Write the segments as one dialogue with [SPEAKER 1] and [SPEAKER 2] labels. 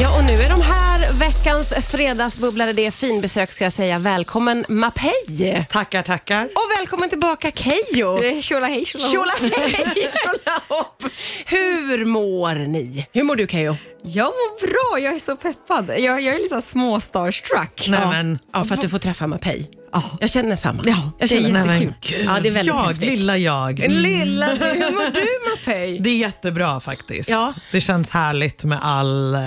[SPEAKER 1] Ja, och nu är de här. Veckans fredagsbubblare, det är finbesök ska jag säga. Välkommen Mapei!
[SPEAKER 2] Tackar, tackar.
[SPEAKER 1] Och välkommen tillbaka Keyyo!
[SPEAKER 3] Tjola hej, tjola ho.
[SPEAKER 1] Tjola hej, tjola hopp! Hur mår ni? Hur mår du Keyyo?
[SPEAKER 3] Jag mår bra, jag är så peppad. Jag, jag är liksom småstarstruck.
[SPEAKER 2] Nej, men,
[SPEAKER 1] Ja, för att du får träffa Mapei.
[SPEAKER 3] Ja.
[SPEAKER 1] Jag känner samma.
[SPEAKER 3] Ja,
[SPEAKER 1] jag
[SPEAKER 3] det är
[SPEAKER 1] känner
[SPEAKER 2] nej,
[SPEAKER 1] samma.
[SPEAKER 2] men gud.
[SPEAKER 1] Ja, det är väldigt
[SPEAKER 2] jag,
[SPEAKER 1] häftigt.
[SPEAKER 2] lilla jag. Mm.
[SPEAKER 3] Lilla du, hur mår du Mapei?
[SPEAKER 2] Det är jättebra faktiskt.
[SPEAKER 1] Ja.
[SPEAKER 2] Det känns härligt med all eh,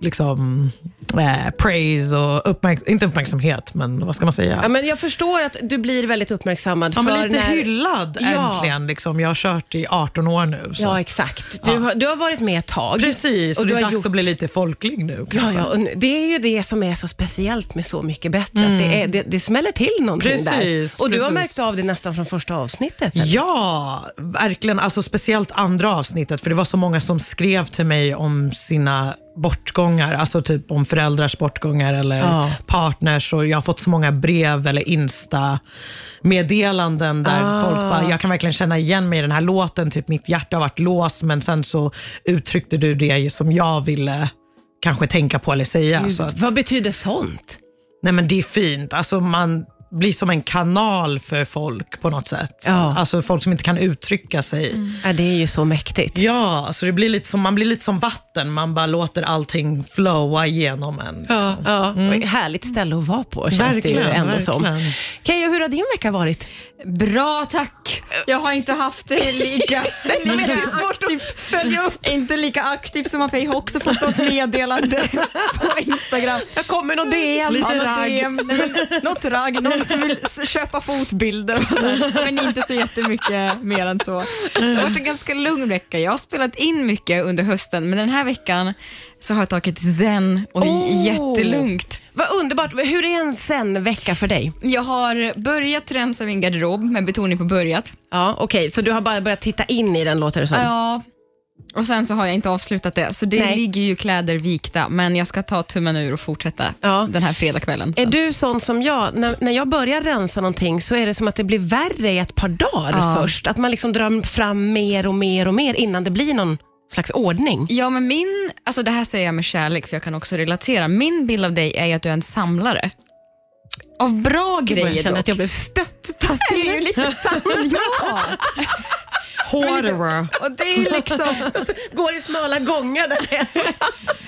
[SPEAKER 2] liksom, eh, praise och uppmärk- inte uppmärksamhet, men vad ska man säga?
[SPEAKER 1] Ja, men jag förstår att du blir väldigt uppmärksammad.
[SPEAKER 2] Ja, men
[SPEAKER 1] för
[SPEAKER 2] lite
[SPEAKER 1] när...
[SPEAKER 2] hyllad
[SPEAKER 1] Ja.
[SPEAKER 2] äntligen. Liksom. Jag har kört i 18 år nu. Så.
[SPEAKER 1] Ja, exakt. Du, Har, du har varit med ett tag.
[SPEAKER 2] Precis, och,
[SPEAKER 1] du
[SPEAKER 2] det är
[SPEAKER 1] har
[SPEAKER 2] dags
[SPEAKER 1] gjort-
[SPEAKER 2] att bli lite folklig nu.
[SPEAKER 1] Ja, ja, och nu- det är ju det som är så speciellt med Så mycket bättre. Att det, är, det, det smäller till någonting
[SPEAKER 2] Precis,
[SPEAKER 1] där. Och du har
[SPEAKER 2] precis.
[SPEAKER 1] märkt av det nästan från första avsnittet. eller?
[SPEAKER 2] Ja, verkligen. Alltså speciellt andra avsnittet, för det var så många som skrev till mig om sina bortgångar, alltså typ om föräldrars bortgångar eller
[SPEAKER 1] Ja.
[SPEAKER 2] partners. Och jag har fått så många brev eller Insta-meddelanden där
[SPEAKER 1] Ah.
[SPEAKER 2] folk bara, jag kan verkligen känna igen mig i den här låten, typ mitt hjärta har varit låst men sen så uttryckte du det som jag ville kanske tänka på eller säga. Så att,
[SPEAKER 1] Vad betyder sånt?
[SPEAKER 2] Nej men det är fint. Alltså man blir som en kanal för folk på något sätt.
[SPEAKER 1] Ja. Mm.
[SPEAKER 2] Alltså folk som inte kan uttrycka sig.
[SPEAKER 1] Ja, det är ju så mäktigt.
[SPEAKER 2] Ja, så det blir lite som, man blir lite som vatten. Man bara låter allting flowa genom en. liksom.
[SPEAKER 1] Ja, ja. Mm. Och ett Härligt ställe att vara på känns det ju
[SPEAKER 2] Verkligen,
[SPEAKER 1] ändå som.
[SPEAKER 2] verkligen.
[SPEAKER 1] Keyyo, hur har din vecka varit?
[SPEAKER 3] Bra tack. Jag har inte haft det lika, lika aktivt.
[SPEAKER 1] Följ upp!
[SPEAKER 3] Inte lika aktivt som Mapei. Har också fått något meddelande på Instagram.
[SPEAKER 1] Jag kommer någon DM.
[SPEAKER 2] Lite
[SPEAKER 3] något
[SPEAKER 2] ragg.
[SPEAKER 3] DM, något ragg, någon som vill s- köpa fotbilder. och så. Men inte så jättemycket mer än så. Det har varit en ganska lugn vecka. Jag har spelat in mycket under hösten, men den här veckan så har jag tagit zen och det är
[SPEAKER 1] Åh.
[SPEAKER 3] jättelugnt.
[SPEAKER 1] Vad underbart. Hur är en sen vecka för dig?
[SPEAKER 3] Jag har börjat rensa min garderob med betoning på börjat.
[SPEAKER 1] Ja, Okej, så du har bara börjat titta in i den låter det som.
[SPEAKER 3] Ja. Och sen så har jag inte avslutat det, så det
[SPEAKER 1] Nej.
[SPEAKER 3] ligger ju kläder vikta, men jag ska ta tummen ur och fortsätta
[SPEAKER 1] Ja.
[SPEAKER 3] den här fredagskvällen.
[SPEAKER 1] Är
[SPEAKER 3] sen.
[SPEAKER 1] du sån som jag, när, när jag börjar rensa någonting så är det som att det blir värre i ett par dagar
[SPEAKER 3] Ja.
[SPEAKER 1] först. Att man liksom drar fram mer och mer och mer innan det blir någon slags ordning.
[SPEAKER 3] Ja, men min, alltså det här säger jag med kärlek för jag kan också relatera. Min bild av dig är ju att du är en samlare. Av bra
[SPEAKER 1] Jag
[SPEAKER 3] grejer
[SPEAKER 1] känner
[SPEAKER 3] dock.
[SPEAKER 1] att jag blev stött fast det är ju liksom lite
[SPEAKER 3] Ja,
[SPEAKER 2] Horror.
[SPEAKER 3] och det är liksom,
[SPEAKER 1] Går i smala gångar där nere.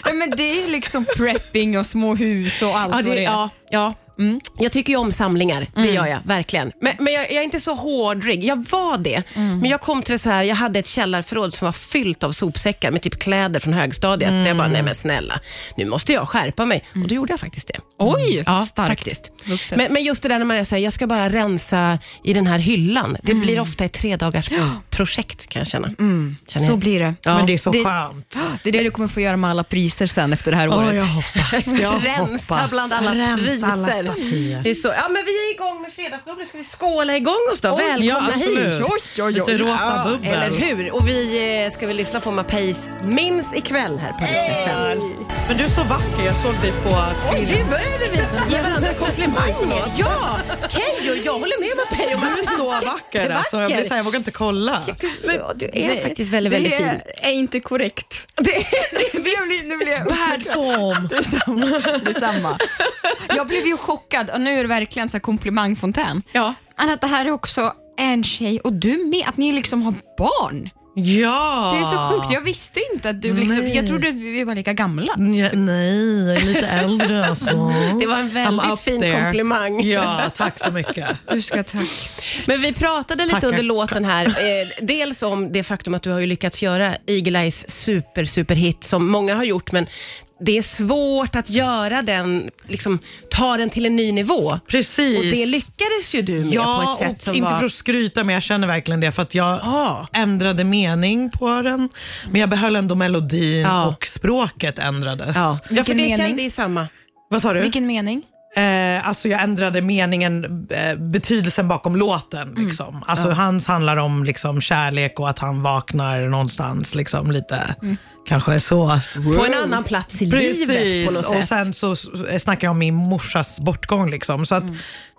[SPEAKER 3] ja, men det är liksom prepping och små hus och allt
[SPEAKER 1] ja,
[SPEAKER 3] vad
[SPEAKER 1] det,
[SPEAKER 3] det Mm. är.
[SPEAKER 1] ja, ja. Mm. Jag tycker ju om samlingar, det gör jag verkligen. Men, men jag, jag är inte så hårdrig. Jag var det,
[SPEAKER 3] Mm.
[SPEAKER 1] men jag kom till det så här, jag hade ett källarförråd som var fyllt av sopsäckar med typ kläder från högstadiet.
[SPEAKER 3] Mm.
[SPEAKER 1] Där jag bara, nej men snälla, nu måste jag skärpa mig. Och då gjorde jag faktiskt det.
[SPEAKER 3] Oj,
[SPEAKER 1] Ja,
[SPEAKER 3] starkt.
[SPEAKER 1] faktiskt.
[SPEAKER 3] Vuxen.
[SPEAKER 1] Men, men just det där när man är så här, jag ska bara rensa i den här hyllan.
[SPEAKER 2] Mm.
[SPEAKER 1] Det blir ofta ett tre dagars projekt kan jag känna. Känner
[SPEAKER 3] så
[SPEAKER 1] jag.
[SPEAKER 3] blir det.
[SPEAKER 2] Men det är Mm. så
[SPEAKER 3] Det-
[SPEAKER 2] skönt.
[SPEAKER 3] Det är det du kommer få göra med alla priser sen efter det här
[SPEAKER 2] Åh,
[SPEAKER 3] året.
[SPEAKER 2] jag hoppas. Jag
[SPEAKER 1] Rensa
[SPEAKER 2] hoppas.
[SPEAKER 1] bland alla
[SPEAKER 2] Rensa
[SPEAKER 1] priser.
[SPEAKER 2] alla statyer.
[SPEAKER 1] Det är så. Ja, men vi är igång med Fredagsbubblan. Ska vi skåla igång oss då?
[SPEAKER 2] Ja,
[SPEAKER 1] Välkomna hit!
[SPEAKER 2] absolut.
[SPEAKER 3] Oj, oj, oj.
[SPEAKER 2] Lite rosa
[SPEAKER 1] Ja,
[SPEAKER 2] bubbel.
[SPEAKER 1] eller hur? Och vi eh, ska väl lyssna på Mapeis Minns ikväll här på Rix FM.
[SPEAKER 2] Men du är så vacker. Jag såg dig på...
[SPEAKER 1] Oj, det började vi ge varandra komplimanger. Ja, Keyyo, jag håller med Mapei.
[SPEAKER 2] Du är så vacker. Alltså. Jag, blir så här, jag vågar inte kolla.
[SPEAKER 3] Ja, du
[SPEAKER 1] är faktiskt väldigt, väldigt
[SPEAKER 3] det
[SPEAKER 1] fin.
[SPEAKER 3] är inte korrekt.
[SPEAKER 1] Det är
[SPEAKER 3] Nu blir, nu blir jag
[SPEAKER 2] Bad form.
[SPEAKER 3] Detsamma. Jag blev ju chockad och nu är det verkligen så här komplimangfontän.
[SPEAKER 1] Ja.
[SPEAKER 3] Annat, det här är också en tjej och du med, att ni liksom har barn.
[SPEAKER 2] Ja.
[SPEAKER 3] Det är så sjukt, jag visste inte att du liksom,
[SPEAKER 2] Ah. Nej.
[SPEAKER 3] jag trodde att vi var lika gamla.
[SPEAKER 2] Ja, nej, jag är lite äldre alltså.
[SPEAKER 1] Det var en
[SPEAKER 2] I'm
[SPEAKER 1] väldigt
[SPEAKER 2] up
[SPEAKER 1] fin
[SPEAKER 2] there.
[SPEAKER 1] komplimang.
[SPEAKER 2] Ja, tack så mycket.
[SPEAKER 3] Du ska tack.
[SPEAKER 1] Men vi pratade lite
[SPEAKER 2] Tackar.
[SPEAKER 1] under låten här, eh, dels om det faktum att du har ju lyckats göra Eagle Eyes super, superhit som många har gjort, men det är svårt att göra den, liksom ta den till en ny nivå.
[SPEAKER 2] Precis.
[SPEAKER 1] Och det lyckades ju du med på
[SPEAKER 2] Ja,
[SPEAKER 1] ett sätt
[SPEAKER 2] och
[SPEAKER 1] som
[SPEAKER 2] inte
[SPEAKER 1] var...
[SPEAKER 2] för att skryta men jag känner verkligen det för att jag
[SPEAKER 1] Ja.
[SPEAKER 2] ändrade mening på den. Men jag behöll ändå melodin
[SPEAKER 1] Ja.
[SPEAKER 2] och språket ändrades.
[SPEAKER 1] ja. ja, för
[SPEAKER 3] Vilken
[SPEAKER 1] det
[SPEAKER 3] mening?
[SPEAKER 1] kände i samma.
[SPEAKER 2] Vad sa du?
[SPEAKER 3] Vilken mening?
[SPEAKER 2] Eh, alltså jag ändrade meningen, eh, betydelsen bakom låten.
[SPEAKER 1] Mm.
[SPEAKER 2] Liksom.
[SPEAKER 1] Mm.
[SPEAKER 2] Alltså Hans handlar om liksom, kärlek och att han vaknar någonstans. Liksom, lite Kanske så.
[SPEAKER 1] På en annan plats i livet på något
[SPEAKER 2] och
[SPEAKER 1] sätt. Mm.
[SPEAKER 2] sen så s- eh, snackar jag om min morsas bortgång. Liksom. Så att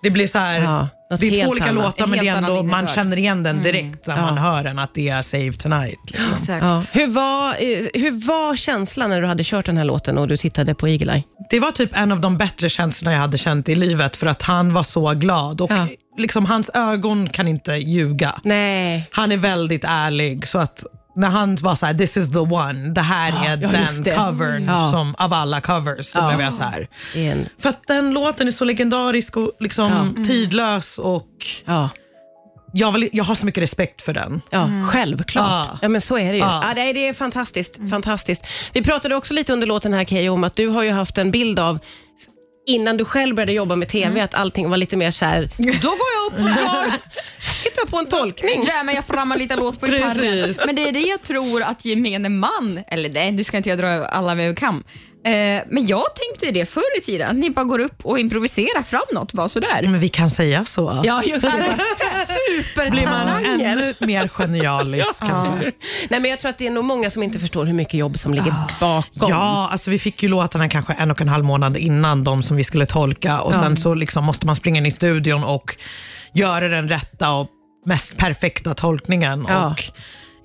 [SPEAKER 2] Det blir så här,
[SPEAKER 1] Ja, något
[SPEAKER 2] det är
[SPEAKER 1] helt
[SPEAKER 2] två olika
[SPEAKER 1] annat.
[SPEAKER 2] låtar
[SPEAKER 3] En
[SPEAKER 2] men det är
[SPEAKER 3] helt
[SPEAKER 2] ändå,
[SPEAKER 3] annan
[SPEAKER 2] man
[SPEAKER 3] innebörd.
[SPEAKER 2] känner igen den direkt när man
[SPEAKER 1] Ja.
[SPEAKER 2] hör den, att det är Save Tonight. Liksom.
[SPEAKER 3] Exakt.
[SPEAKER 1] Ja. Hur, var, eh, hur var känslan när du hade kört den här låten och du tittade på Eagle-Eye?
[SPEAKER 2] Det var typ en av de bättre känslorna jag hade känt i livet för att han var så glad. Och
[SPEAKER 1] Ja.
[SPEAKER 2] liksom, Hans ögon kan inte ljuga.
[SPEAKER 1] Nej.
[SPEAKER 2] Han är väldigt ärlig. Så att när han var så här, this is the one, det här är
[SPEAKER 1] ja,
[SPEAKER 2] den
[SPEAKER 1] just det.
[SPEAKER 2] covern
[SPEAKER 1] Ja.
[SPEAKER 2] som, av alla covers. Då
[SPEAKER 1] Ja.
[SPEAKER 2] blev jag så här.
[SPEAKER 1] En,
[SPEAKER 2] För att den låten är så legendarisk och liksom tidlös och
[SPEAKER 1] ja.
[SPEAKER 2] jag, vill, jag har så mycket respekt för den.
[SPEAKER 1] Ja, självklart.
[SPEAKER 2] Mm. Ja.
[SPEAKER 1] Ja, men så är det ju.
[SPEAKER 2] Ja. Mm.
[SPEAKER 1] Ja. nej, det är fantastiskt, fantastiskt. Vi pratade också lite under låten här, Keyyo, om att du har ju haft en bild av innan du själv började jobba med
[SPEAKER 2] Mm.
[SPEAKER 1] TV, att allting var lite mer så här, då går jag upp och drar, hittar på en tolkning.
[SPEAKER 3] Jammar jag fram en liten låt på gitarren.
[SPEAKER 2] Precis.
[SPEAKER 3] Men det är det jag tror att gemene man, eller nej, nu ska inte jag dra över alla över kam. Eh, men jag tänkte det förr i tiden, att ni bara går upp och improviserar fram något bara sådär.
[SPEAKER 2] Men vi kan säga så.
[SPEAKER 1] Ja, just det.
[SPEAKER 2] Blir man
[SPEAKER 1] Talanger.
[SPEAKER 2] ännu mer genialisk. ja.
[SPEAKER 1] Nej, men jag tror att det är nog många som inte förstår hur mycket jobb som ligger bakom.
[SPEAKER 2] Ja, alltså vi fick ju låtarna kanske en och en halv månad innan de som vi skulle tolka och sen så liksom måste man springa in i studion och göra den rätta och mest perfekta tolkningen.
[SPEAKER 1] Ja.
[SPEAKER 2] Och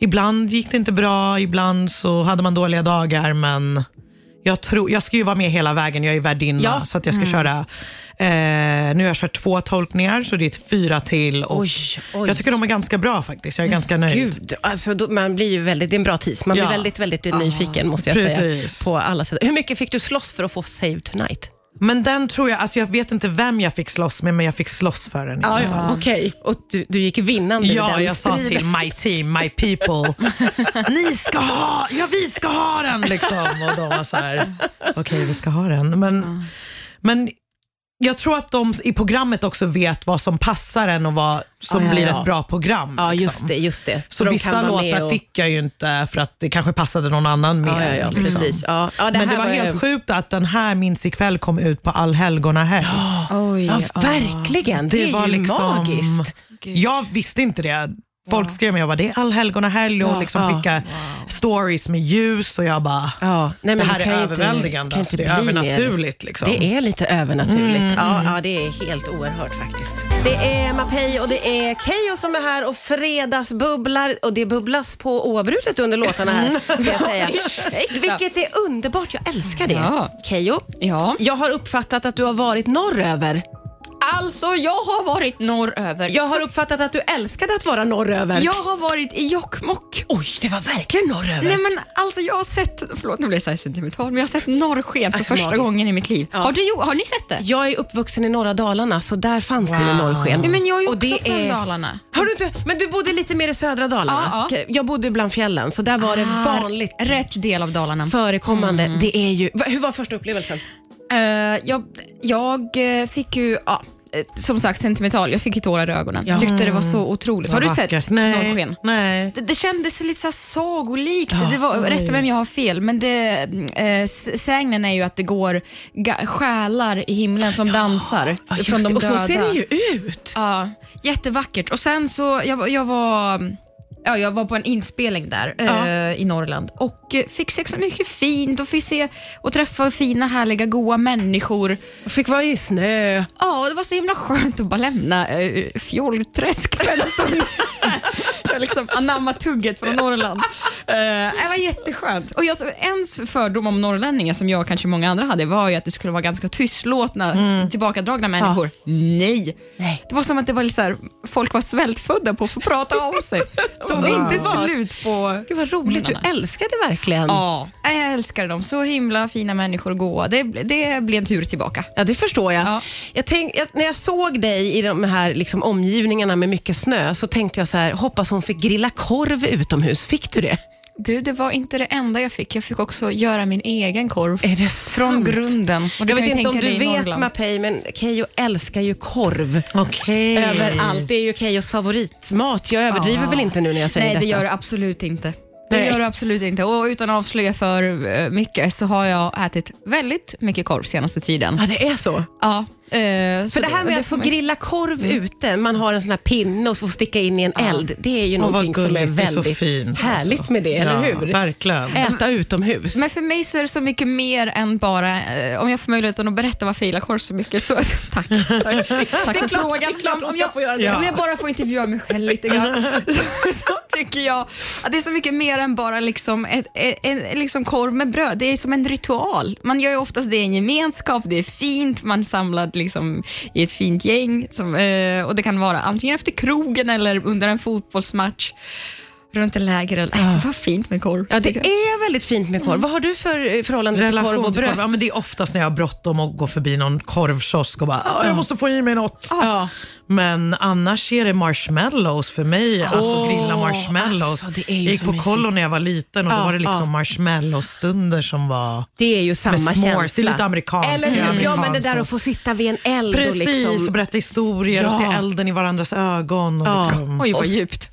[SPEAKER 2] ibland gick det inte bra, ibland så hade man dåliga dagar men jag, tror, jag ska ju vara med hela vägen, jag är värdinna.
[SPEAKER 1] Ja. Mm.
[SPEAKER 2] Så att jag ska köra, eh, nu har jag kört två tolkningar så det är fyra till. Och
[SPEAKER 1] Oj, oj.
[SPEAKER 2] Jag tycker de är ganska bra faktiskt, jag är ganska nöjd.
[SPEAKER 1] Gud, alltså då, man blir ju väldigt, det är en bra tis. Man
[SPEAKER 2] Ja.
[SPEAKER 1] blir väldigt, väldigt nyfiken måste jag
[SPEAKER 2] Precis.
[SPEAKER 1] säga. På alla sätt. Hur mycket fick du slåss för att få Save Tonight?
[SPEAKER 2] Men den tror jag, alltså jag vet inte vem jag fick slåss med men jag fick slåss för den.
[SPEAKER 1] Ja, ja. okej. Och du, du gick vinnande ur
[SPEAKER 2] Ja,
[SPEAKER 1] den
[SPEAKER 2] jag sa
[SPEAKER 1] striden.
[SPEAKER 2] till my team, my people. Ni ska ha, ja vi ska ha den liksom. Och de var så här, okej vi ska ha den. Men, men jag tror att de i programmet också vet vad som passar en och vad som
[SPEAKER 1] Ja, ja,
[SPEAKER 2] blir
[SPEAKER 1] ja.
[SPEAKER 2] ett bra program.
[SPEAKER 1] Ja,
[SPEAKER 2] liksom.
[SPEAKER 1] just det. Just det.
[SPEAKER 2] Så
[SPEAKER 1] de
[SPEAKER 2] vissa
[SPEAKER 1] kan vara med
[SPEAKER 2] låtar fick jag ju inte för att det kanske passade någon annan mer.
[SPEAKER 1] Ja, ja, ja,
[SPEAKER 2] liksom.
[SPEAKER 1] precis. Ja. Ja, det
[SPEAKER 2] Men
[SPEAKER 1] här
[SPEAKER 2] det var helt
[SPEAKER 1] ju-
[SPEAKER 2] sjukt att den här Minns ikväll kom ut på allhelgonahelg.
[SPEAKER 3] Oj,
[SPEAKER 1] Ja, verkligen. Det, är ju magiskt.
[SPEAKER 3] Gud.
[SPEAKER 2] liksom- Jag visste inte det. Folk skrev mig jag bara, det är allhelgonahelg och liksom
[SPEAKER 1] ja.
[SPEAKER 2] skickade stories med ljus och jag bara,
[SPEAKER 1] Ja, nej, men
[SPEAKER 2] det här
[SPEAKER 1] kan
[SPEAKER 2] är
[SPEAKER 1] ju inte-
[SPEAKER 2] överväldigande.
[SPEAKER 1] kan
[SPEAKER 2] alltså,
[SPEAKER 1] inte
[SPEAKER 2] det är
[SPEAKER 1] bli mer.
[SPEAKER 2] övernaturligt. Liksom. Mm.
[SPEAKER 1] Det är lite övernaturligt. Ja, ja, det är helt oerhört faktiskt. Det är Mapei och det är Keyyo som är här och fredagsbubblar. Och det bubblas på oavbrutet under låtarna här, ska jag säga. Vilket är underbart. Jag älskar det.
[SPEAKER 3] Ja.
[SPEAKER 1] Keyyo,
[SPEAKER 3] Ja.
[SPEAKER 1] jag har uppfattat att du har varit norröver.
[SPEAKER 3] Alltså, jag har varit norröver.
[SPEAKER 1] Jag har uppfattat att du älskade att vara norröver.
[SPEAKER 3] jag har varit i Jokkmokk.
[SPEAKER 1] Oj, det var verkligen norröver.
[SPEAKER 3] Nej men alltså jag har sett, förlåt nu blir jag så här sentimental, men jag har sett norrsken för
[SPEAKER 1] Alltså,
[SPEAKER 3] första
[SPEAKER 1] magiskt.
[SPEAKER 3] gången i mitt liv.
[SPEAKER 1] Ja.
[SPEAKER 3] Har, du, har ni sett det?
[SPEAKER 1] Jag är uppvuxen i norra Dalarna, så där fanns det ju
[SPEAKER 2] Wow.
[SPEAKER 1] norrsken.
[SPEAKER 3] Nej, men jag är ju
[SPEAKER 1] Och
[SPEAKER 3] också
[SPEAKER 1] det
[SPEAKER 3] från
[SPEAKER 1] är-
[SPEAKER 3] Dalarna.
[SPEAKER 1] Har du inte... Men du bodde lite mer i södra Dalarna?
[SPEAKER 3] Ja, Ah. ja.
[SPEAKER 1] Okej, Jag bodde bland fjällen, så där var det vanligt
[SPEAKER 3] Rätt del av Dalarna.
[SPEAKER 1] förekommande.
[SPEAKER 3] Mm.
[SPEAKER 1] Det är ju... Va- Hur var första upplevelsen?
[SPEAKER 3] Eh, jag, jag eh, fick ju, ja, eh, som sagt sentimental, jag fick ju tårar i ögonen.
[SPEAKER 1] Ja.
[SPEAKER 3] Tyckte det var så otroligt. Har du
[SPEAKER 2] Vackert.
[SPEAKER 3] sett
[SPEAKER 2] Nej,
[SPEAKER 3] norrsken?
[SPEAKER 2] Nej.
[SPEAKER 3] Det, det kändes lite så här sagolikt. Det var, rätta mig om jag har fel, men det, eh, s- sägnen är ju att det går ga- själar i himlen som dansar
[SPEAKER 1] Ja, just
[SPEAKER 3] från de
[SPEAKER 1] det. Och
[SPEAKER 3] döda.
[SPEAKER 1] så ser det ju ut.
[SPEAKER 3] Ja, jättevackert. Och sen så, jag, var- jag var... Ja, jag var på en inspelning där
[SPEAKER 1] Ja.
[SPEAKER 3] eh, i Norrland och eh, fick se så mycket fint och fick se och träffa fina, härliga, goa människor.
[SPEAKER 1] Jag fick vara i snö.
[SPEAKER 3] Ja, det var så himla skönt att bara lämna eh, Fjollträsk för en stund. Jag liksom anamma tugget från Norrland. Eh, det var jätteskönt. Och jag, en fördom om norrlänningar som jag och kanske många andra hade var ju att det skulle vara ganska tystlåtna, tillbakadragna människor. Nej.
[SPEAKER 1] Mm. Nej.
[SPEAKER 3] Det var som att det var lite så här, folk var svältfödda på att få prata om sig. Tog inte
[SPEAKER 1] Underbart.
[SPEAKER 3] slut på...
[SPEAKER 1] Gud vad roligt. Du älskade verkligen.
[SPEAKER 3] Ja, jag älskar dem. Så himla fina människor och goa. Det, det blir en tur tillbaka.
[SPEAKER 1] Ja, det förstår jag.
[SPEAKER 3] Ja.
[SPEAKER 1] jag, tänk, jag när jag såg dig i de här liksom, omgivningarna med mycket snö så tänkte jag så här, hoppas hon fick grilla korv utomhus. Fick du det?
[SPEAKER 3] Du, det var inte det enda jag fick. Jag fick också göra min egen korv.
[SPEAKER 1] Är det
[SPEAKER 3] Från
[SPEAKER 1] sant?
[SPEAKER 3] grunden. Och
[SPEAKER 1] Mm.
[SPEAKER 3] du
[SPEAKER 1] Jag
[SPEAKER 3] kan
[SPEAKER 1] vet
[SPEAKER 3] ju
[SPEAKER 1] inte om
[SPEAKER 3] tänka dig
[SPEAKER 1] du
[SPEAKER 3] i
[SPEAKER 1] vet
[SPEAKER 3] Norrland.
[SPEAKER 1] Mapei, men Keyyo älskar ju korv
[SPEAKER 2] Okej.
[SPEAKER 1] överallt. Det är ju Keyyos favoritmat. Jag överdriver
[SPEAKER 3] Ja.
[SPEAKER 1] väl inte nu när jag säger
[SPEAKER 3] Nej, det
[SPEAKER 1] detta?
[SPEAKER 3] gör det absolut inte. Det
[SPEAKER 1] Nej.
[SPEAKER 3] gör du absolut inte. Och utan att avslöja för eh, mycket så har jag ätit väldigt mycket korv senaste tiden.
[SPEAKER 1] Ja, det är så.
[SPEAKER 3] Ja, eh, så
[SPEAKER 1] Ah. För det här med att få
[SPEAKER 3] får man ju- Mm.
[SPEAKER 1] grilla korv ute, man har en sån här pinne och så får sticka in i en eld, det är ju
[SPEAKER 2] Och
[SPEAKER 1] någonting
[SPEAKER 2] vad
[SPEAKER 1] som är
[SPEAKER 2] gulligt, det är så
[SPEAKER 1] väldigt
[SPEAKER 2] fint.
[SPEAKER 1] härligt
[SPEAKER 2] alltså.
[SPEAKER 1] med det, eller
[SPEAKER 2] ja,
[SPEAKER 1] hur?
[SPEAKER 2] Verkligen.
[SPEAKER 1] Äta utomhus.
[SPEAKER 3] Men för mig så är det så mycket mer än bara, eh, om jag får möjligheten att berätta varför jag gillar korv så mycket så tack. Tack, tack för frågan. Om- om jag-
[SPEAKER 1] göra
[SPEAKER 2] Ja.
[SPEAKER 3] Om jag bara får intervjua mig själv lite grann så, så tycker jag att det är så mycket mer än bara liksom ett, en, en, liksom korv med bröd. Det är som en ritual. Man gör ju oftast det i en gemenskap, det är fint, man samlad liksom i ett fint gäng. Som, eh, och Det kan vara antingen efter krogen eller under en fotbollsmatch. Runt en läger. Äh, vad fint med korv.
[SPEAKER 1] Ja, det
[SPEAKER 3] tycker Mm. jag.
[SPEAKER 1] är väldigt fint med korv. Vad har du för eh, förhållande till korv
[SPEAKER 2] Relation
[SPEAKER 1] och
[SPEAKER 2] till korv.
[SPEAKER 1] bröd?
[SPEAKER 2] Ja, men det är oftast när jag har bråttom och går förbi någon korvkiosk och bara "Ah, “jag måste få i mig något”.
[SPEAKER 1] Ja.
[SPEAKER 2] Men annars är det marshmallows för mig. alltså grilla marshmallows.
[SPEAKER 1] alltså, det är ju
[SPEAKER 2] jag gick
[SPEAKER 1] så
[SPEAKER 2] på
[SPEAKER 1] mysigt.
[SPEAKER 2] kollo när jag var liten och
[SPEAKER 1] Ja,
[SPEAKER 2] då var det liksom
[SPEAKER 1] ja.
[SPEAKER 2] marshmallowstunder som var...
[SPEAKER 1] Det är ju samma
[SPEAKER 2] Med s'mores,
[SPEAKER 1] känsla.
[SPEAKER 2] det är lite amerikanskt,
[SPEAKER 1] Eller hur?
[SPEAKER 2] det är
[SPEAKER 1] Ja, men det
[SPEAKER 2] amerikanskt.
[SPEAKER 1] där att få sitta vid en eld och
[SPEAKER 2] Precis,
[SPEAKER 1] liksom...
[SPEAKER 2] och berätta historier och se
[SPEAKER 1] Ja.
[SPEAKER 2] elden i varandras ögon. Och
[SPEAKER 1] Ja.
[SPEAKER 2] liksom.
[SPEAKER 3] Oj, vad djupt.